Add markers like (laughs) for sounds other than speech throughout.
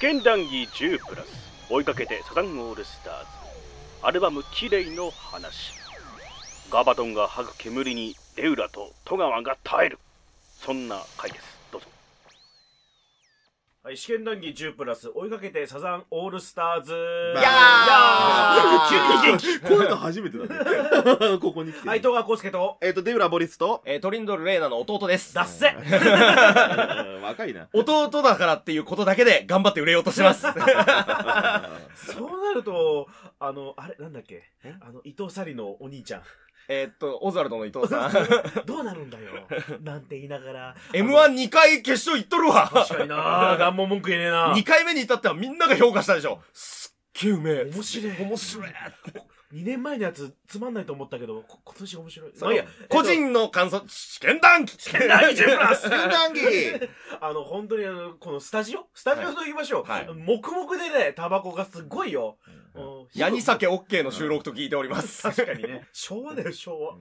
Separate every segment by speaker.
Speaker 1: 剣談義10プラス追いかけてサザンオールスターズアルバム「綺麗の話」ガバドンが吐く煙にデウラと戸川が耐えるそんな回ですどうぞ
Speaker 2: はい、試験談義10プラス、追いかけてサザンオールスターズ。
Speaker 3: バーン
Speaker 2: いやー急に (laughs) 元
Speaker 3: こういうの初めて
Speaker 2: (laughs)
Speaker 3: だね。 (laughs) ここに来
Speaker 2: 気
Speaker 3: て。
Speaker 2: はい、戸川浩介と、
Speaker 3: えっと、デブラ・ボリスと、
Speaker 4: えートリンドル・レイナの弟です。
Speaker 2: 脱せ
Speaker 3: うん若いな。
Speaker 4: 弟だからっていうことだけで頑張って売れようとし
Speaker 2: (laughs)
Speaker 4: てます。
Speaker 2: そうなると、あの、あれ、なんだっけあの、伊藤沙莉のお兄
Speaker 4: (laughs)
Speaker 2: ちゃん。
Speaker 4: えーっと、オズワルドの伊藤さん。
Speaker 2: どうなるんだよ。なんて言いながら。
Speaker 4: M12 回決勝行っとるわ
Speaker 2: 確かにな願望文句言えねえな
Speaker 4: !2 回目に至ってはみんなが評価したでしょすっげえうめえ
Speaker 2: 面白い
Speaker 4: 面白い
Speaker 2: 2年前のやつ、つまんないと思ったけど、こ今年面白い。
Speaker 4: そ
Speaker 2: ま
Speaker 4: の
Speaker 2: あいいや、
Speaker 4: 個人の感想、試験談義
Speaker 2: 試験談義10プラス
Speaker 3: 集団
Speaker 4: (laughs)
Speaker 3: 儀
Speaker 2: (laughs) あの、本当にあの、このスタジオスタジオと言いましょう。
Speaker 4: はい
Speaker 2: 黙々でね、タバコがすごいよ。うん
Speaker 4: ヤニ酒 OK の収録と聞いております。
Speaker 2: 確かにね。昭和だよ、昭和。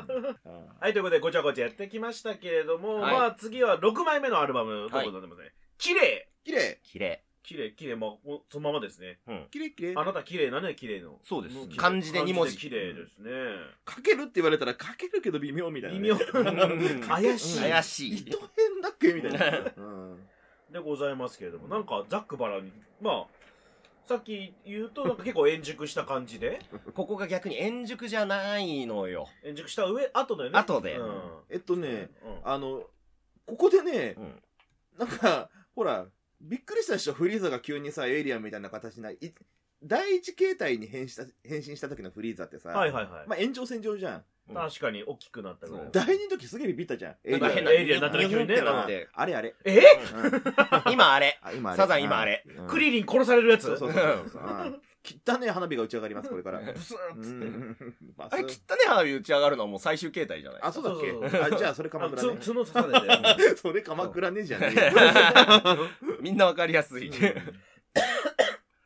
Speaker 3: あ
Speaker 2: はい、ということで、ごちゃごちゃやってきましたけれども、
Speaker 4: はい
Speaker 2: まあ、次は6枚目のアルバム、ということでございますね。綺麗
Speaker 3: 綺麗
Speaker 4: 綺麗。
Speaker 2: 綺麗綺麗まあ、おそのままですね。
Speaker 3: 綺麗綺麗
Speaker 2: あなた綺麗なね、綺麗の。
Speaker 4: そうです
Speaker 2: も綺麗
Speaker 4: 漢字で二文字
Speaker 2: 漢綺麗ですね。
Speaker 3: かけるって言われたら、かけるけど微妙みたいな
Speaker 2: 微
Speaker 3: ね。
Speaker 2: 妙。
Speaker 4: ん
Speaker 2: 怪しい。
Speaker 4: 怪しい。
Speaker 3: 糸編だっけみたい
Speaker 2: (laughs)
Speaker 3: な。うん
Speaker 2: でございますけれども、なんか、ざっくばらに、まあ、さっき言うと、なんか結構円熟した感じで、
Speaker 4: ここが逆に円熟じゃないのよ。
Speaker 2: 円熟した上、後だよね。
Speaker 4: 後で
Speaker 2: うん。
Speaker 3: えっと
Speaker 2: うん
Speaker 3: ね、あの、ここでね
Speaker 4: う、ん
Speaker 3: なんか、ほら、びっくりしたでしょ、フリーザが急にさ、エイリアンみたいな形ない。い第一形態に変した変身した時のフリーザってさ、
Speaker 2: はいはいはい。
Speaker 3: まあ延長線上じゃん。
Speaker 2: 確かに大きくなったぐらい
Speaker 4: そう
Speaker 3: 第二の時すげえビビったじゃん。エ
Speaker 4: なんか変な
Speaker 2: エイリアンになったら急にね
Speaker 4: ニョニョニョってなって。
Speaker 3: あれあれ。
Speaker 2: え
Speaker 3: うん
Speaker 4: 今あれ。
Speaker 3: あ今あれ
Speaker 4: サザン今あれ。
Speaker 3: うん
Speaker 2: クリリン殺されるやつ
Speaker 3: そうそうそうそう。うん汚ね花火が打ち上がります、これから。
Speaker 4: (laughs) ブスー
Speaker 3: う
Speaker 4: っつって。
Speaker 3: んまあ
Speaker 4: あれ、
Speaker 3: そう
Speaker 4: 切ったね花火打ち上がるのはもう最終形態じゃない
Speaker 3: あ、そうだ
Speaker 2: そうそう
Speaker 3: っ
Speaker 2: そ
Speaker 3: け
Speaker 2: う
Speaker 3: あ、じゃあそれ鎌
Speaker 2: あ
Speaker 3: 倉ね
Speaker 2: つ。角刺され (laughs) て。
Speaker 3: それ鎌倉ねじゃね
Speaker 4: みんなわかりやす
Speaker 3: え
Speaker 4: い
Speaker 3: よ。
Speaker 4: (laughs)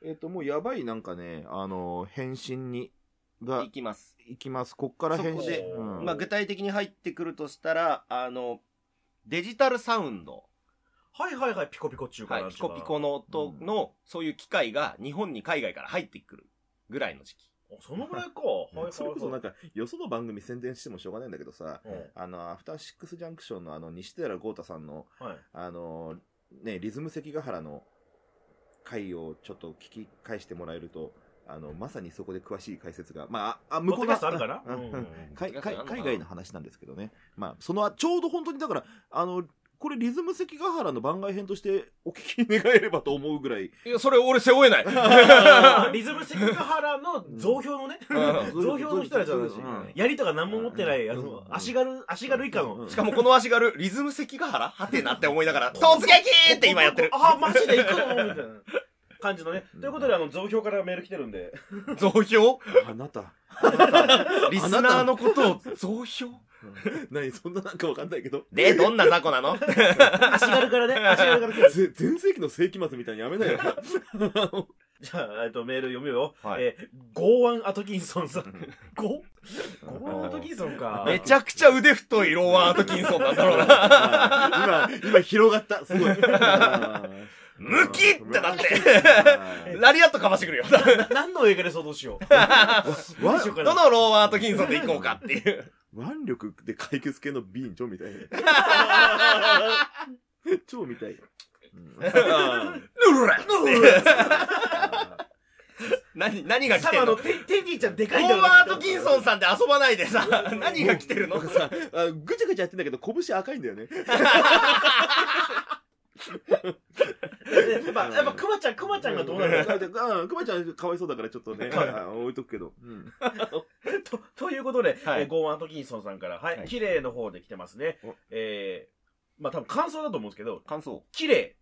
Speaker 3: えっと、もうやばい、なんかね、あの、変身に、が
Speaker 4: い、きます。
Speaker 3: いきます。こっから変
Speaker 4: そ
Speaker 3: 身
Speaker 4: こで。
Speaker 3: うん
Speaker 4: まあ、具体的に入ってくるとしたら、あの、デジタルサウンド、
Speaker 2: はいはいはい、ピコピコ中か
Speaker 4: は、
Speaker 2: ない
Speaker 4: ピコピコ
Speaker 2: あ
Speaker 4: の音の、そういう機械が日本に海外から入ってくるぐらいの時期。
Speaker 2: そのぐらいか。はいはいはい
Speaker 3: それこそなんか、よその番組宣伝してもしょうがないんだけどさ、
Speaker 2: うん
Speaker 3: あの、アフターシックスジャンクションのあの、西寺豪太さんの、
Speaker 2: はい。
Speaker 3: あの、ね、リズム関ヶ原の回をちょっと聞き返してもらえると、あの、まさにそこで詳しい解説が、まあ、あ、向
Speaker 2: ポッ
Speaker 3: こ
Speaker 2: ドキ
Speaker 3: うの
Speaker 2: ャストあるかな
Speaker 3: うん
Speaker 2: うんうん
Speaker 3: 海
Speaker 4: ポッドキ
Speaker 3: 海
Speaker 4: ャストあるのかな
Speaker 3: 海外の話なんですけどね。まあ、その、ちょうど本当にだから、あの、これリズム関ヶ原の番外編としてお聞き願えればと思うぐらい。
Speaker 4: いや、それ俺背負えない (laughs)
Speaker 2: あー (laughs) リズム関ヶ原の増票のね、
Speaker 4: う
Speaker 2: 増票の人たちの話
Speaker 3: うん
Speaker 2: 槍とか何も持ってない、あ
Speaker 3: う
Speaker 2: の、
Speaker 3: ん
Speaker 2: 足軽、足軽以下の。
Speaker 3: うん
Speaker 4: しかもこの足軽、リズム関ヶ原はてなって思いながら、突撃って今やって (laughs) る。
Speaker 2: ああ、マジで行くのみたいな感じのね。
Speaker 3: うん
Speaker 2: ということで、あの、増票からメール来てるん (laughs) で。
Speaker 4: 増票
Speaker 3: あなた。
Speaker 4: リスナーのことを増票
Speaker 3: 何そんななんかわかんないけど。
Speaker 4: で、どんな雑魚なの
Speaker 2: 足軽からね、 (laughs) 足軽から来てる。
Speaker 3: ぜ前世紀の世紀末みたいにやめなよ。
Speaker 2: じゃあ、えっと、メール読むよ。
Speaker 4: はい
Speaker 2: えー、ゴーアン・アトキンソンさん。ゴーゴーアン・アトキンソンか。
Speaker 4: めちゃくちゃ腕太いローワン・アトキンソンなんだろうな。 (laughs)
Speaker 3: 今、今広がった。すごい。
Speaker 4: ムキってなって。
Speaker 3: て。
Speaker 4: (laughs) ラリアットかましてくるよ。 (laughs)
Speaker 2: な何の映画で想像しよう。
Speaker 3: わ
Speaker 2: どうしようかな
Speaker 4: どのローマン・アトキンソンで行こうかっていう。
Speaker 3: 腕力で解決系の便女みたいな。超みたい。うん
Speaker 4: ヌルラ何、何が来
Speaker 2: サ
Speaker 4: てん
Speaker 2: バ
Speaker 4: の
Speaker 2: の
Speaker 4: ロ
Speaker 2: テテディちゃんでかいんだ
Speaker 4: ー
Speaker 2: よ
Speaker 4: マン・ア
Speaker 2: な。
Speaker 4: トキンソンさんで遊ばないでさ、何が来てるの
Speaker 3: なんかさ、あぐちゃぐちゃやってんだけど、拳赤いんだよね。
Speaker 2: やっぱ、やっぱ、クマちゃん、クマちゃんがどうなるのか。
Speaker 3: うん、くまちゃんかわいそうだからちょっとね、あ置いとくけど。うん
Speaker 2: と、 (laughs) ということで、
Speaker 4: は
Speaker 2: え
Speaker 4: い
Speaker 2: ーゴーアン・アトキンソンさんから、はい、綺麗の方で来てますね
Speaker 3: お。
Speaker 2: えー、まあ多分感想だと思うんですけど、
Speaker 4: 感想。
Speaker 2: 綺麗。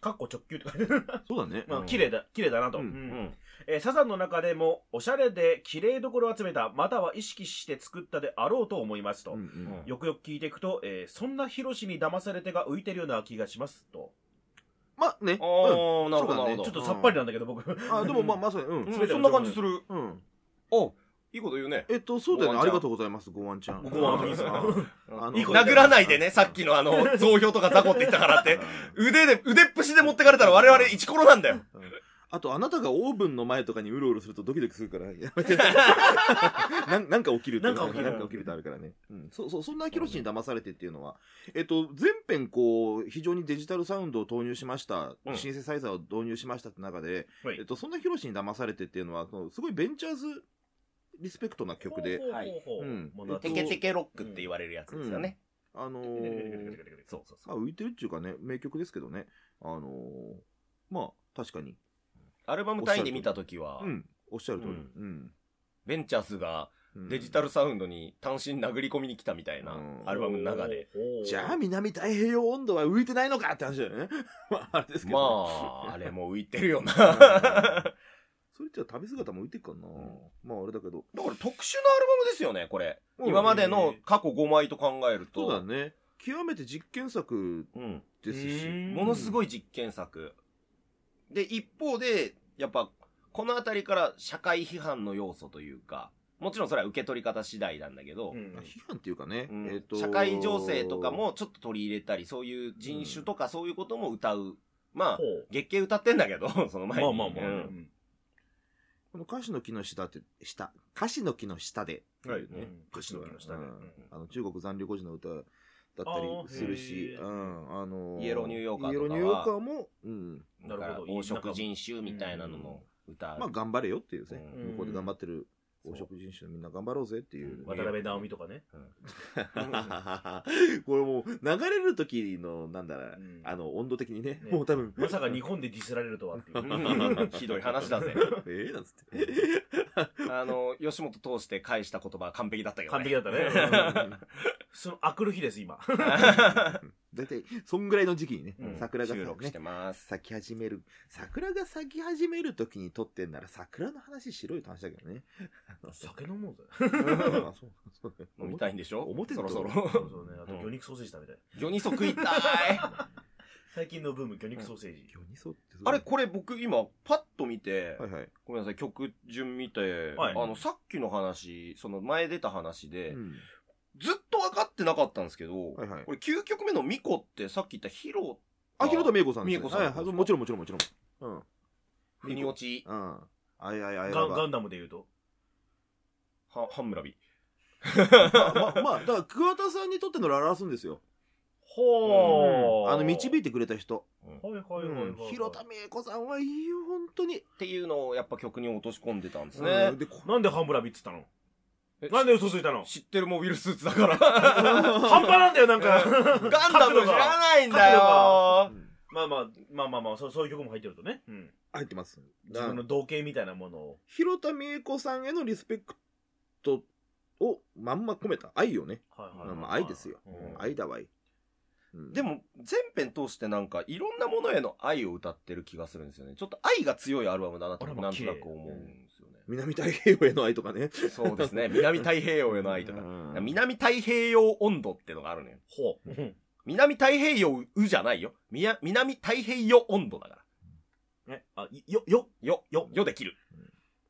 Speaker 2: かっこ直球って書いてある。
Speaker 3: そうだね。
Speaker 2: まあ綺麗だ、綺麗だなと。
Speaker 3: うん
Speaker 4: う
Speaker 2: うん
Speaker 4: ん。
Speaker 2: えーサザンの中でも、おしゃれで綺麗どころを集めた、または意識して作ったであろうと思いますと。
Speaker 3: うんうん
Speaker 2: よくよく聞いていくと、えーそんなヒロシに騙されてが浮いてるような気がしますと。
Speaker 3: まあね。
Speaker 4: あー、なるほ
Speaker 3: そうだ
Speaker 4: ど、
Speaker 3: ね
Speaker 4: なるほ
Speaker 2: ちょっ
Speaker 4: ど。
Speaker 2: とさっぱりなんだけど、僕。
Speaker 3: あ、でもまあまさに、うん。
Speaker 4: うんそんな感じする。
Speaker 3: うん。
Speaker 4: おいいこと言うね。
Speaker 3: えっと、そうだよね。
Speaker 4: ごわんちゃん
Speaker 3: ありがとうございます、ごわんちゃん。
Speaker 2: ごわん
Speaker 3: ち
Speaker 2: ち
Speaker 3: ゃ
Speaker 2: ゃ
Speaker 3: ん
Speaker 2: んさん
Speaker 3: あの
Speaker 4: いいこと言う殴らないでね、さっき (laughs) のあの、増票とか雑魚って言ったからって。腕で、腕っぷしで持ってかれたら我々イチコロなんだよ。
Speaker 3: うんあとあなたがオーブンの前とかにうろうろするとドキドキするからや
Speaker 2: (laughs)
Speaker 3: めてなんなんか起きるって
Speaker 2: なんか起きる
Speaker 3: なんか起きるってあるからね、うん、そうそうそんなキロシに騙されてっていうのは、えっと、前編こう非常にデジタルサウンドを投入しました、
Speaker 2: うん
Speaker 3: シンセサイザーを導入しましたって中で、
Speaker 2: はい
Speaker 3: えっと、そんなキロシに騙されてっていうのはそのすごいベンチャーズリスペクトな曲で
Speaker 2: ほうほうほうほう
Speaker 3: うん
Speaker 2: もう夏
Speaker 4: テケテケロックって言われるやつですよね。
Speaker 3: あの
Speaker 2: テケテケテケテ
Speaker 3: ー
Speaker 2: ケテケテケ
Speaker 4: そうそうそ
Speaker 3: ま
Speaker 4: う。
Speaker 3: あ、浮いてるっていうかね名曲ですけどねあのーまあ確かに
Speaker 4: アルバム単位で見たときは、
Speaker 3: うんおっしゃる通り、
Speaker 4: うん
Speaker 3: うん
Speaker 4: ベンチャースが
Speaker 3: うん
Speaker 4: デジタルサウンドに単身殴り込みに来たみたいな
Speaker 3: うん
Speaker 4: アルバムの中で。。
Speaker 2: ほうほう
Speaker 3: じゃあ南太平洋温度は浮いてないのかって話だよね。 (laughs) まあ、あれですけ
Speaker 4: ま
Speaker 3: ど、 (laughs)
Speaker 4: あ、あれも浮いてるよな。だ
Speaker 3: うん
Speaker 4: (laughs) から
Speaker 3: それじゃ旅姿も浮いてるかな、まああれだけど。
Speaker 4: 特殊なアルバムですよね、これ。今までの過去5枚と考えると。
Speaker 3: そうだね。極めて実験作
Speaker 4: うん。
Speaker 3: ですし。
Speaker 2: うん
Speaker 4: ものすごい実験作。で、一方で、やっぱ、このあたりから社会批判の要素というか、もちろんそれは受け取り方次第なんだけど
Speaker 2: う、ん
Speaker 3: まあ批判っていうかね、
Speaker 4: うん
Speaker 3: えっと
Speaker 4: 社会情勢とかもちょっと取り入れたり、そういう人種とかそういうことも歌う。まあ
Speaker 2: ほ、う
Speaker 4: 月経歌ってんだけど、 (laughs) その前に。
Speaker 2: まあまあまあ
Speaker 4: う
Speaker 2: ね。
Speaker 4: ん
Speaker 3: この歌詞の木の下って下歌詞の木の下で、
Speaker 2: はい
Speaker 3: ってう
Speaker 2: うん歌詞の木の下で
Speaker 3: うん
Speaker 2: うん
Speaker 3: あの中国残留孤児の歌だったりするし、
Speaker 2: あーへー
Speaker 3: うんあの
Speaker 4: イエローニューヨーカーとかは
Speaker 3: イエローニューヨーカーも、うん、
Speaker 2: なるほど。
Speaker 4: 黄色人種みたいなのの歌。
Speaker 3: まあ頑張れよっていうね、
Speaker 4: うん
Speaker 3: 向こうで頑張ってる
Speaker 4: そう
Speaker 3: 黄色人種のみんな頑張ろうぜっていう、
Speaker 4: うん
Speaker 2: 渡辺直美とかね。
Speaker 3: (laughs) これもう流れる時のなんだろう、
Speaker 2: うん
Speaker 3: あの温度的にね
Speaker 2: ね
Speaker 3: もう多分
Speaker 2: まさか日本でディスられるとはっていう。
Speaker 4: うん (laughs) ひどい話だぜ。
Speaker 3: (laughs) えーなんつって
Speaker 4: (laughs) あの、吉本通して返した言葉は完璧だったけど、
Speaker 2: 完
Speaker 4: ね。
Speaker 2: 璧だったね。うんその、あくる日です、今。
Speaker 3: 大体そんぐらいの時期にね、
Speaker 2: うん
Speaker 3: 桜が
Speaker 4: 収
Speaker 3: さ、
Speaker 4: 録し
Speaker 3: ね
Speaker 4: て、ます。
Speaker 3: 咲き始める桜が咲き始める時に撮ってんなら桜の話しろよって話だけどね
Speaker 2: 酒飲もうぜ。
Speaker 3: あそうそう
Speaker 4: 飲みたいんでしょ
Speaker 3: 表
Speaker 4: そ
Speaker 3: と
Speaker 4: ろそ
Speaker 2: (laughs)
Speaker 4: ろ。
Speaker 2: そうそうね。あと
Speaker 4: うん、
Speaker 2: 魚肉ソーセージ食べたい。
Speaker 4: 魚に食いたい。
Speaker 2: 最近のブーム、魚肉ソーセージ。
Speaker 3: 魚に沿って
Speaker 4: あれ、これ僕今、パッと見て、
Speaker 3: はいはい、
Speaker 4: ごめんなさい、曲順見て、
Speaker 2: はい
Speaker 4: あの、さっきの話、その前出た話で、
Speaker 3: うん
Speaker 4: ずっと分かってなかったんですけど、
Speaker 3: はいはい
Speaker 4: これ9曲目のミコってさっき言ったヒロ、
Speaker 3: あ広田美恵子さんです
Speaker 4: 美恵子さん
Speaker 3: はいはいもちろんもちろんもちろんうん
Speaker 4: 腑に落ち、
Speaker 3: うんあいあいあい
Speaker 2: ガンガンダムで言うと。
Speaker 4: は、ハンムラビ。
Speaker 3: まあ、まあ、だから桑田さんにとってのララスンですよ。
Speaker 2: ほ
Speaker 3: あの、導いてくれた人。
Speaker 2: はいは
Speaker 3: う
Speaker 2: いはい
Speaker 3: ん
Speaker 2: はい。
Speaker 3: 広田美恵子さんはいいよ、本当に。
Speaker 4: っていうのをやっぱ曲に落とし込んでたんです
Speaker 3: う
Speaker 4: ね
Speaker 3: ん。で、こ
Speaker 2: なんでハンブラビっつったの
Speaker 4: え
Speaker 2: なんで嘘ついたの
Speaker 4: 知ってるモビルスーツだから。
Speaker 2: 半端なんだよ、なんか。
Speaker 4: ガンダム知らないんだ
Speaker 3: う
Speaker 4: よ。
Speaker 3: ん
Speaker 2: まあまあ、まあまあまあ、そうそういう曲も入ってるとね。うん。
Speaker 3: 入ってます。
Speaker 2: 自分の同型みたいなものを。
Speaker 3: 広田美恵子さんへのリスペクトをまんま込めた愛よね。
Speaker 2: はい
Speaker 3: まあまあ愛ですよ
Speaker 2: うん
Speaker 3: 愛だわい。うん
Speaker 4: で、も、全編通してなんか、いろんなものへの愛を歌ってる気がするんですよね。ちょっと愛が強いアルバムだなと、
Speaker 2: あら
Speaker 4: なん
Speaker 2: まあ
Speaker 4: となく思うんですよね。
Speaker 3: 南太平洋への愛とかね。
Speaker 4: そうですね。南太平洋への愛とか。
Speaker 3: うん
Speaker 4: 南太平洋温度ってのがあるのよ。
Speaker 2: ほう。うん
Speaker 4: 南太平洋うじゃないよ。みや南太平洋温度だから。
Speaker 2: え、あ、いよ、よ、
Speaker 4: よ、
Speaker 2: よ、
Speaker 4: よできる。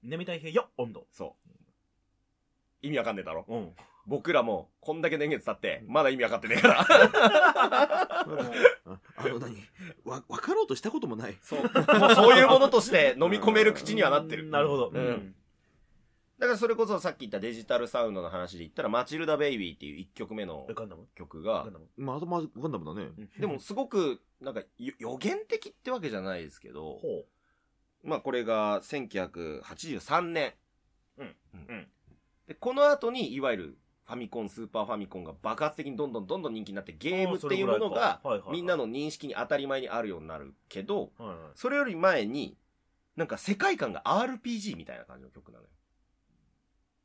Speaker 2: 南太平洋温度。
Speaker 4: そう。意味わかんねえだろ。
Speaker 2: うん。
Speaker 4: 僕らも、こんだけ年月経って、まだ意味わかってねえから。
Speaker 2: (laughs)
Speaker 3: ああの何、わ、分かろうとしたこともない。
Speaker 4: そう。もうそういうものとして飲み込める口にはなってる。
Speaker 2: なるほど。
Speaker 3: うん
Speaker 2: うん。
Speaker 4: だからそれこそさっき言ったデジタルサウンドの話で言ったら、マチルダ・ベイビーっていう1曲目の
Speaker 2: えガンダム
Speaker 4: 曲
Speaker 2: ガ
Speaker 4: が
Speaker 2: ン、ダム
Speaker 3: まだまだガンダムだね。
Speaker 4: でも、すごく、なんか、よ予言的ってわけじゃないですけど、
Speaker 2: ほ
Speaker 4: まあこれが1983年。
Speaker 2: うんうん
Speaker 4: で、この後に、いわゆるファミコン、スーパーファミコンが爆発的にどんどんどんどん人気になって、ゲームっていうもの
Speaker 2: あー
Speaker 4: が
Speaker 2: それぐらいかはいはいは、い
Speaker 4: みんなの認識に当たり前にあるようになるけど、
Speaker 2: う。はいはい。
Speaker 4: それより前に、なんか世界観が RPG みたいな感じの曲なのよ。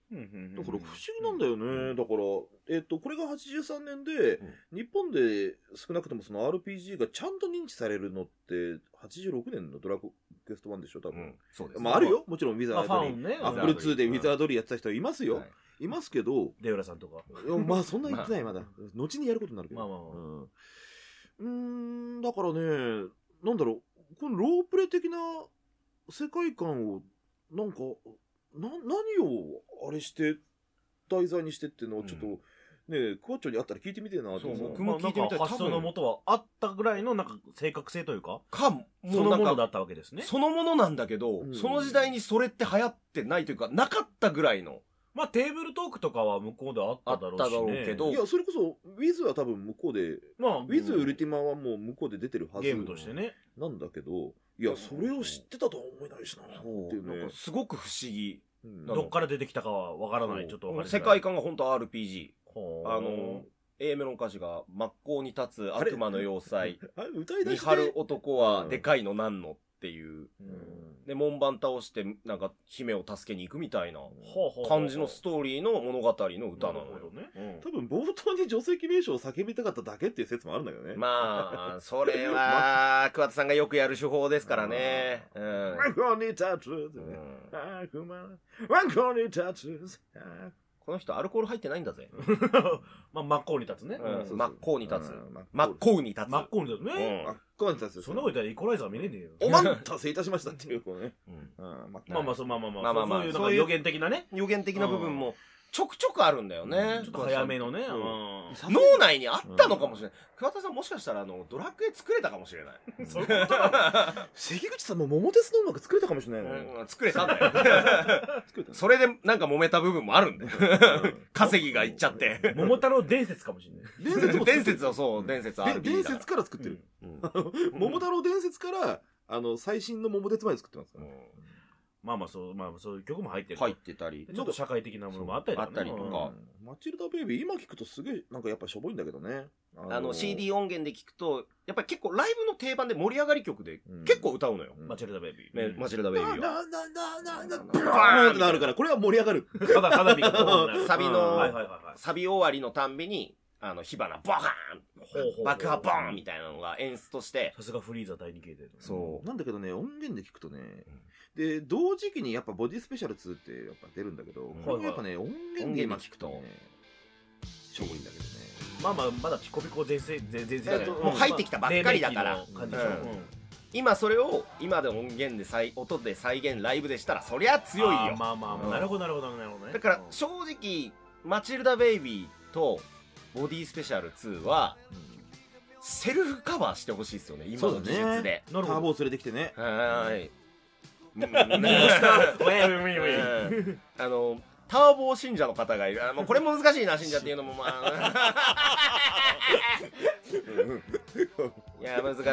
Speaker 2: うんうん
Speaker 3: だ
Speaker 2: うん
Speaker 3: から不思議なんだよね、だから、えっとこれが83年で、日本で少なくともその RPG がちゃんと認知されるのって86年の「ドラクエスト1」でしょ多
Speaker 4: う
Speaker 3: 分、
Speaker 4: ん。そうです。
Speaker 3: まあ、あるよもちろんウィザ
Speaker 2: まあ、
Speaker 3: ー
Speaker 2: フ
Speaker 3: ド
Speaker 2: ァ
Speaker 3: リ
Speaker 2: ン
Speaker 3: ー
Speaker 2: ね。
Speaker 3: アップ
Speaker 4: ウィザードリ
Speaker 3: ル
Speaker 4: ー
Speaker 3: 2でウィザードリーやってた人いますよ、
Speaker 4: はい
Speaker 3: いますけど
Speaker 2: デウラさんとか。
Speaker 3: いやまあそんな言ってないまだ後にやることになるけど
Speaker 2: まあまあまあ
Speaker 3: うんうーんだからねなんだろうこのロープレ的な世界観をなんかな何をあれして題材にしてっていうのをちょっと、
Speaker 4: う
Speaker 3: ねえ、クワッチョにあったら聞いてみてえなって
Speaker 4: そう
Speaker 3: 思
Speaker 4: 僕も聞いてみたい
Speaker 2: まあなんか発想のもとはあったぐらいのなんか正確性というか、
Speaker 4: か、もう
Speaker 2: そのも
Speaker 4: な
Speaker 2: の
Speaker 4: ん
Speaker 2: だ
Speaker 4: か、
Speaker 2: ったわけですね。
Speaker 4: そのものなんだけど、
Speaker 3: うん
Speaker 4: その時代にそれって流行ってないというか、なかったぐらいの。
Speaker 2: まあテーブルトークとかは向こうであっただろうし、ね。
Speaker 4: あっただろうけど
Speaker 3: いや、それこそ、ウィズは多分向こうで、
Speaker 2: まあ、
Speaker 3: ウィズウルティマはもう向こうで出てるはず
Speaker 2: ゲームとしてね。
Speaker 3: なんだけど、いや、それを知ってたとは思えないしな、っていう
Speaker 4: なん
Speaker 3: ね
Speaker 4: か。すごく不思
Speaker 3: う
Speaker 4: 議。
Speaker 3: ん
Speaker 4: な
Speaker 2: どっから出てきたかはわからない。ちょっとわかりづ
Speaker 4: 世
Speaker 2: らい
Speaker 4: 界観が本当 RPG。
Speaker 2: ほう
Speaker 4: あの、A メロン歌詞が、真っ向に立つ悪魔の要塞。
Speaker 3: あれ歌い出
Speaker 4: 見
Speaker 3: し
Speaker 4: 張る
Speaker 3: て、
Speaker 4: 男は
Speaker 3: うん
Speaker 4: でかいのなんのっていう。
Speaker 2: うん
Speaker 4: で、門番倒して、なんか、姫を助けに行くみたいな
Speaker 2: ほうほうほう
Speaker 4: 感じのストーリーの物語の歌なの
Speaker 2: るほど
Speaker 4: よ。
Speaker 2: ね。
Speaker 3: 多分冒頭に女性記名称を叫びたかっただけっていう説もあるんだけどね。
Speaker 4: まあ、それは、桑田さんがよくやる手法ですからね。うん。
Speaker 3: ワンコに立つ、
Speaker 4: うん
Speaker 3: 悪魔ワンコに立つ。あ
Speaker 4: この人アルコール入ってないんだぜ。
Speaker 2: まあ、真っ向に立つね。
Speaker 4: うん
Speaker 3: そうそう
Speaker 4: 真っ向に立つ
Speaker 3: うん
Speaker 4: 真っ向に立つ。
Speaker 2: 真っ向に立つ
Speaker 4: う
Speaker 2: ね。
Speaker 4: ん
Speaker 3: 真っ向に立つよ。
Speaker 2: そんなこと言ったらイコライザー見れねえよ。
Speaker 3: お待たせいたしましたっていう、こうね。
Speaker 4: うん
Speaker 3: うん真っ向
Speaker 2: まあまあ、そう、まあまあまあ、
Speaker 4: まあまあまあ
Speaker 2: そういう、
Speaker 4: そういう
Speaker 2: 予言的なね。
Speaker 4: 予言的な部分もちょくちょくあるんだよね。
Speaker 2: ちょっと早めのね。
Speaker 3: そう
Speaker 2: う
Speaker 4: 脳内にあったのかもしれない。桑田さんもしかしたら、あの、ドラクエ作れたかもしれない。
Speaker 2: んそういうことなの
Speaker 3: 関口さんも桃鉄の音楽作れたかもしれないのね。
Speaker 4: うん作れたんだよ。
Speaker 3: 作れ
Speaker 2: (laughs)
Speaker 3: たの
Speaker 4: それでなんか揉めた部分もあるんだよ。稼ぎがいっちゃって。
Speaker 2: 桃太郎伝説かもしれない。
Speaker 3: 伝説も作ってる
Speaker 4: 伝説はそう、伝説あ
Speaker 3: で
Speaker 4: る。
Speaker 3: 伝説から作ってる。
Speaker 4: うん。
Speaker 3: 桃太郎伝説から、あの、最新の桃鉄まで作ってますからね。
Speaker 2: まあまあ、そう、まあそういう曲も入ってる。
Speaker 4: 入ってたり。
Speaker 2: ちょっと社会的なものもあったりとかね。
Speaker 4: そうあったりとか
Speaker 3: うんマチルダベイビー、今聞くとすげえ、なんかやっぱしょぼいんだけどね。あ
Speaker 4: あの、CD 音源で聞くと、やっぱり結構ライブの定番で盛り上がり曲で
Speaker 3: うん
Speaker 4: 結構歌うのよ。
Speaker 2: うんマチルダベイビ
Speaker 4: ね
Speaker 2: ー。
Speaker 4: マチルダ・ベイビーは。
Speaker 3: なななななブーンってなるから、これは盛り上がる。
Speaker 2: ルダ花火がこうなる。
Speaker 4: サビの
Speaker 2: うんはいはいはいはい。
Speaker 4: サビ終わりのたんびに、あの、火花、ボカ
Speaker 2: ほうほうほ
Speaker 4: ーン
Speaker 2: う
Speaker 4: 爆破、ボーンみたいなのが演出として、
Speaker 2: さすがフリーザ第二形態だね
Speaker 4: そう
Speaker 3: なんだけどね、音源で聞くとね、で、同時期にやっぱボディスペシャル2ってやっぱ出るんだけど、
Speaker 4: ん
Speaker 3: これもやっぱね、音源で今聞くと
Speaker 4: 音
Speaker 3: ね、しょぼいんだけどね。
Speaker 2: まあまあ、まだピコピコ全盛、全全盛
Speaker 4: えっともう入ってきたばっかりだから
Speaker 2: 黎明期の感じでしょ
Speaker 4: うん
Speaker 2: うん
Speaker 4: 今それを、今で音源で再、音で再現、ライブでしたら、そりゃ強い
Speaker 2: あ
Speaker 4: よ
Speaker 2: ー。まあまあま
Speaker 4: う
Speaker 2: あ、
Speaker 4: ん
Speaker 2: なるほどなるほどなるほどね。
Speaker 4: だから
Speaker 2: う、ん
Speaker 4: 正直、マチルダ・ベイビーと、ボディスペシャル2は、セルフカバーしてほしいですよね、今の技術で。
Speaker 2: なる
Speaker 3: ター
Speaker 2: ほ
Speaker 3: ボ
Speaker 2: ど。
Speaker 3: を連れてきてね。
Speaker 4: はーい。
Speaker 2: ウェイウェイウェイ
Speaker 4: うんあの、ターボー信者の方がいる。あもうこれも難しいな、信者っていうのも、まあ。
Speaker 2: やめ
Speaker 4: いや、難しいな、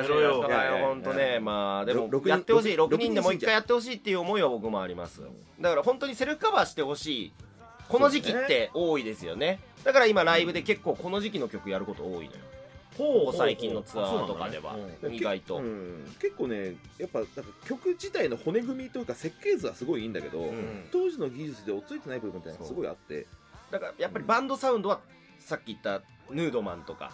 Speaker 2: ろよ
Speaker 4: これは本当
Speaker 3: いやいやい
Speaker 4: ね。
Speaker 3: や
Speaker 4: まあ、でも
Speaker 3: ろ、六人
Speaker 4: やってほしい。
Speaker 3: 六
Speaker 4: 6
Speaker 3: 人
Speaker 4: 人でもう一回やってほしいっていう思いは僕もあります。だから本当にセルフカバーしてほしい。この時期って多いですよね。だから今ライブで結構この時期の曲やること多いのよ。
Speaker 2: ほ
Speaker 4: ここ最近のツアーとかでは
Speaker 2: そうなんだね。
Speaker 4: 意外と。
Speaker 3: うん結構ね、やっぱなんか曲自体の骨組みというか設計図はすごいいいんだけど、
Speaker 4: うん
Speaker 3: 当時の技術で追っついてない部分ってのがすごいあって、
Speaker 4: だからやっぱりバンドサウンドは、さっき言ったヌードマンとか、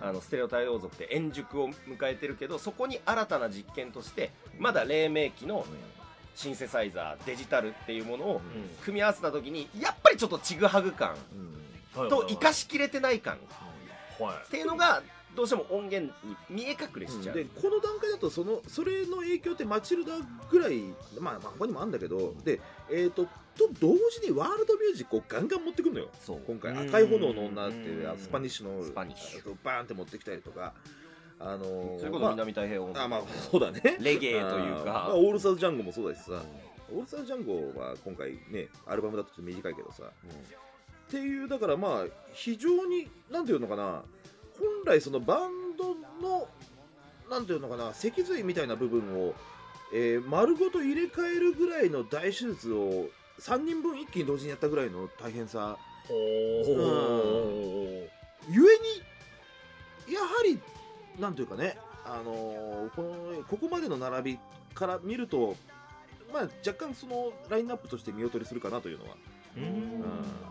Speaker 4: あのステレオ対応族って円熟を迎えてるけどそこに新たな実験としてまだ黎明期のシンセサイザーデジタルっていうものを
Speaker 2: うん
Speaker 4: 組み合わせた時にやっぱりちょっとちぐはぐ感
Speaker 2: はいはい
Speaker 4: と
Speaker 2: はい
Speaker 4: 生かしきれてない感っ
Speaker 2: はい。
Speaker 4: ていうのがどうしても音源に見え隠れしちゃう、
Speaker 3: でこの段階だとそのそれの影響ってマチルダぐらいまあまあ他にもあるんだけどでえっ、とと同時にワールドミュージックをガンガン持ってくるのよ
Speaker 4: そう
Speaker 3: 今回
Speaker 2: うん
Speaker 3: 赤い炎の女っていう
Speaker 4: うん
Speaker 3: あスパニッシュの
Speaker 4: スパニッシュ
Speaker 3: あとバーンって持ってきたりとかあのー
Speaker 4: それこ
Speaker 3: ま
Speaker 4: そ
Speaker 3: あ
Speaker 4: 南太平洋
Speaker 3: あまあそうだね
Speaker 4: レゲエという
Speaker 3: あーまあ
Speaker 4: か
Speaker 3: オールスターズジャンゴもそうだしさオールスターズジャンゴは今回ねアルバムだとちょっと短いけどさっていうだからまあ非常になんていうのかな本来そのバンドのなんていうのかな脊髄みたいな部分を、えー丸ごと入れ替えるぐらいの大手術を3人分一気に同時にやったぐらいの大変さ
Speaker 2: ほ
Speaker 3: う
Speaker 2: ー
Speaker 3: ゆえにやはりなんていうかね、あのーこのここまでの並びから見ると、まあ、若干そのラインナップとして見劣りするかなというのは、
Speaker 2: う
Speaker 3: うんん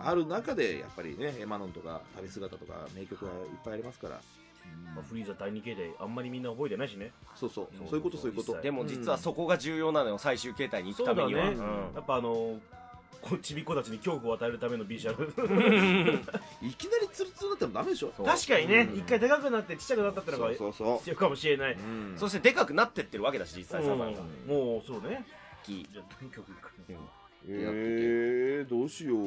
Speaker 3: ある中でやっぱりねエマノンとか旅姿とか名曲がいっぱいありますから
Speaker 2: まあフリーザ第二形態あんまりみんな覚えてないしね。
Speaker 3: そうそう
Speaker 2: そう
Speaker 3: そういうことそういうこと
Speaker 2: 実際
Speaker 4: でも実はそこが重要なのよ最終形態に行くためには、
Speaker 2: そう
Speaker 3: だね
Speaker 4: うん
Speaker 2: やっぱあのーこちびっ子たちに恐怖を与えるためのビジュアル。
Speaker 3: いきなりツルツルになってもダメでしょ
Speaker 4: そ
Speaker 2: (laughs)
Speaker 4: う
Speaker 2: 確かにね
Speaker 3: う、ん
Speaker 2: 一回でかくなってちっちゃくなったってのが
Speaker 3: そう
Speaker 2: 必
Speaker 3: そうそ、。
Speaker 2: 要かもしれないう
Speaker 3: うん
Speaker 4: そしてでかくなってってるわけだし実際サザンが
Speaker 2: うんもうそうね。
Speaker 4: き
Speaker 2: じゃあ、曲いく
Speaker 3: えー、どうしよう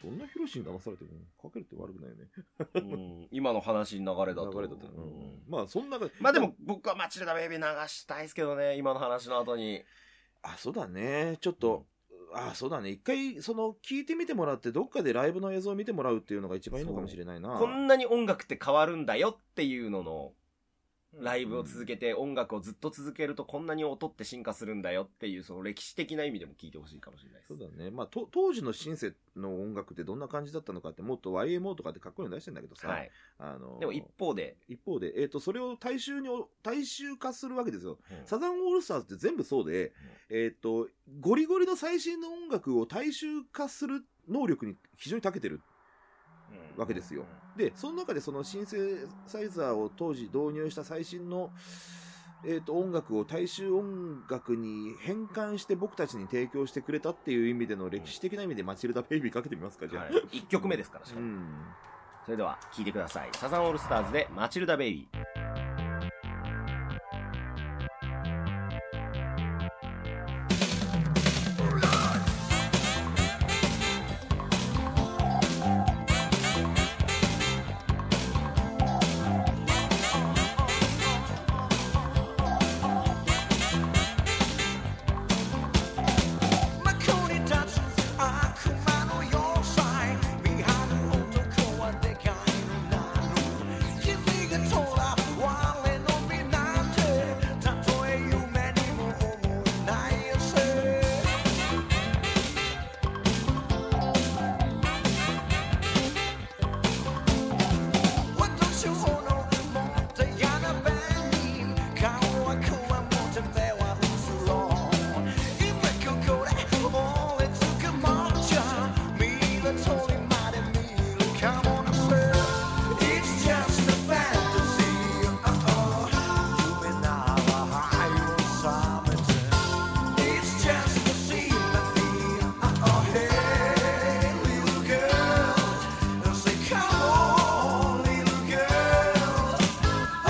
Speaker 3: そんなヒロシに騙されてもかけるって悪くないよね
Speaker 4: うん今の話の流れだと。
Speaker 3: 流れだったら、うんまあそんな
Speaker 4: まあでも僕はマチルダベイビー流したいですけどね、今の話の後に。
Speaker 3: あそうだねちょっと、あそうだね一回その聞いてみてもらってどっかでライブの映像を見てもらうっていうのが一番いいのかもしれないな
Speaker 4: こんなに音楽って変わるんだよっていうのの、ライブを続けて音楽をずっと続けるとこんなに音って進化するんだよっていう、その歴史的な意味でも聞いてほしいかもしれないです
Speaker 3: そう。だねまあと当時のシンセの音楽ってどんな感じだったのかってもっと YMO とかってかっこいいの出してんだけどさ、
Speaker 4: はい。
Speaker 3: あの
Speaker 4: でも一方で、
Speaker 3: 一方で、えー、とそれを大衆にお大衆化するわけですよ、
Speaker 4: うん
Speaker 3: サザンオールスターズって全部そうで、えー、とゴリゴリの最新の音楽を大衆化する能力に非常に長けてるわけですよでその中でそのシンセサイザーを当時導入した最新の、えー、と音楽を大衆音楽に変換して僕たちに提供してくれたっていう意味での歴史的な意味で「マチルダ・ベイビー」かけてみますかじゃあ、
Speaker 4: はい一曲目ですから、しか
Speaker 3: う
Speaker 4: も
Speaker 3: ん
Speaker 4: それでは聴いてください。サザンオールスターズでマチルダベイビー。
Speaker 5: oh, eh? uh, Come on, it's just a fantasy. Uh-oh. You've been out of high on summertime. It's just a sympathy. Oh, hey, little girl. Say, come on, little girl. I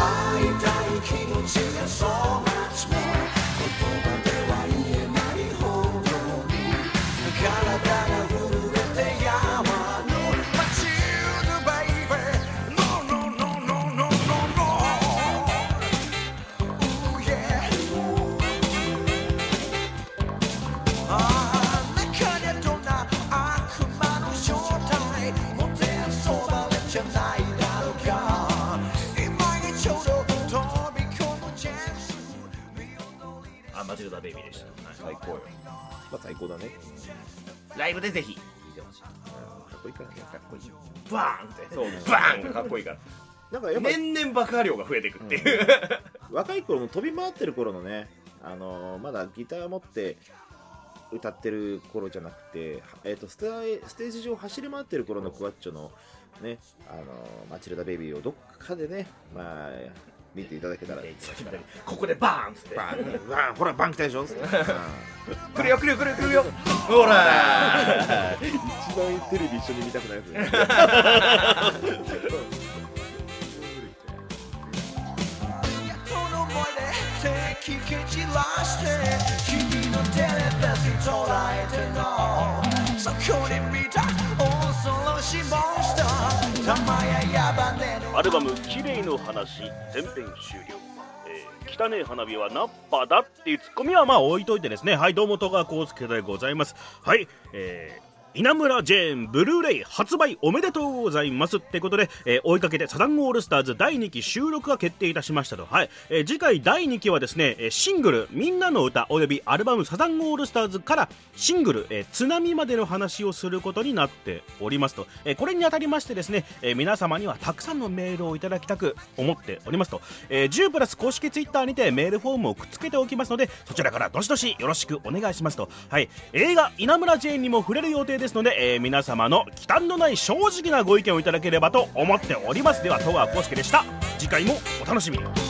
Speaker 5: die, king, and so much more. But over there, I am not hold on. Gotta, hold it, they are no. But you, baby, no, no, no, no, no, no, no. Ooh, yeah.「中でどんな悪魔の正体」「もてそばれじゃないだろうか」「今にちょうど飛び込むチャンス」
Speaker 6: あマチルダベイビーでした、はい、
Speaker 3: 最高よ、まあ、最高だね、
Speaker 4: ライブでぜひ。
Speaker 3: うんかっこいいからねかっこいい
Speaker 6: バーンって
Speaker 4: そう、バーンがかっこいいから。
Speaker 3: なんかやっぱ
Speaker 4: 年々爆破量が増えてくっていう。
Speaker 3: 若い頃の飛び回ってる頃のね、あのーまだギター持って歌ってる頃じゃなくて、はえー、とステステージ上走り回ってる頃のクワッチョの、ねあのーマチルダ・ベイビーをどっかでね、まあ、見ていただけたら、
Speaker 6: ここでバーンっつって
Speaker 3: バン、バン、ほら、バン来たでしょ、うん一
Speaker 4: 来るよ来るよ来るよ来るよほら
Speaker 3: 番テレビ一緒に見たくないやつね。
Speaker 5: 「その思いで敵蹴散らして」「君のテレパスに捉えての」「そこで見た恐ろしいモンスター」「たまややばねの
Speaker 2: アルバム「綺麗の話」前編終了、えー汚ねえ花火はナッパだっていうツッコミはまあ置いといてですねはいどうも戸川浩介でございますはいえー稲村ジェーンブルーレイ発売おめでとうございますってことで、えー追いかけてサザンオールスターズ第2期収録が決定いたしましたと、はいえー次回第2期はですねえーシングル「みんなの歌」およびアルバム「サザンオールスターズ」からシングル「えー津波」までの話をすることになっておりますと、えーこれにあたりましてですね、えー皆様にはたくさんのメールをいただきたく思っておりますと、えー10プラス公式ツイッターにてメールフォームをくっつけておきますのでそちらからどしどしよろしくお願いしますと、はい、映画「稲村ジェーン」にも触れる予定ですので、えー皆様の忌憚のない正直なご意見をいただければと思っておりますでは戸川浩介でした次回もお楽しみに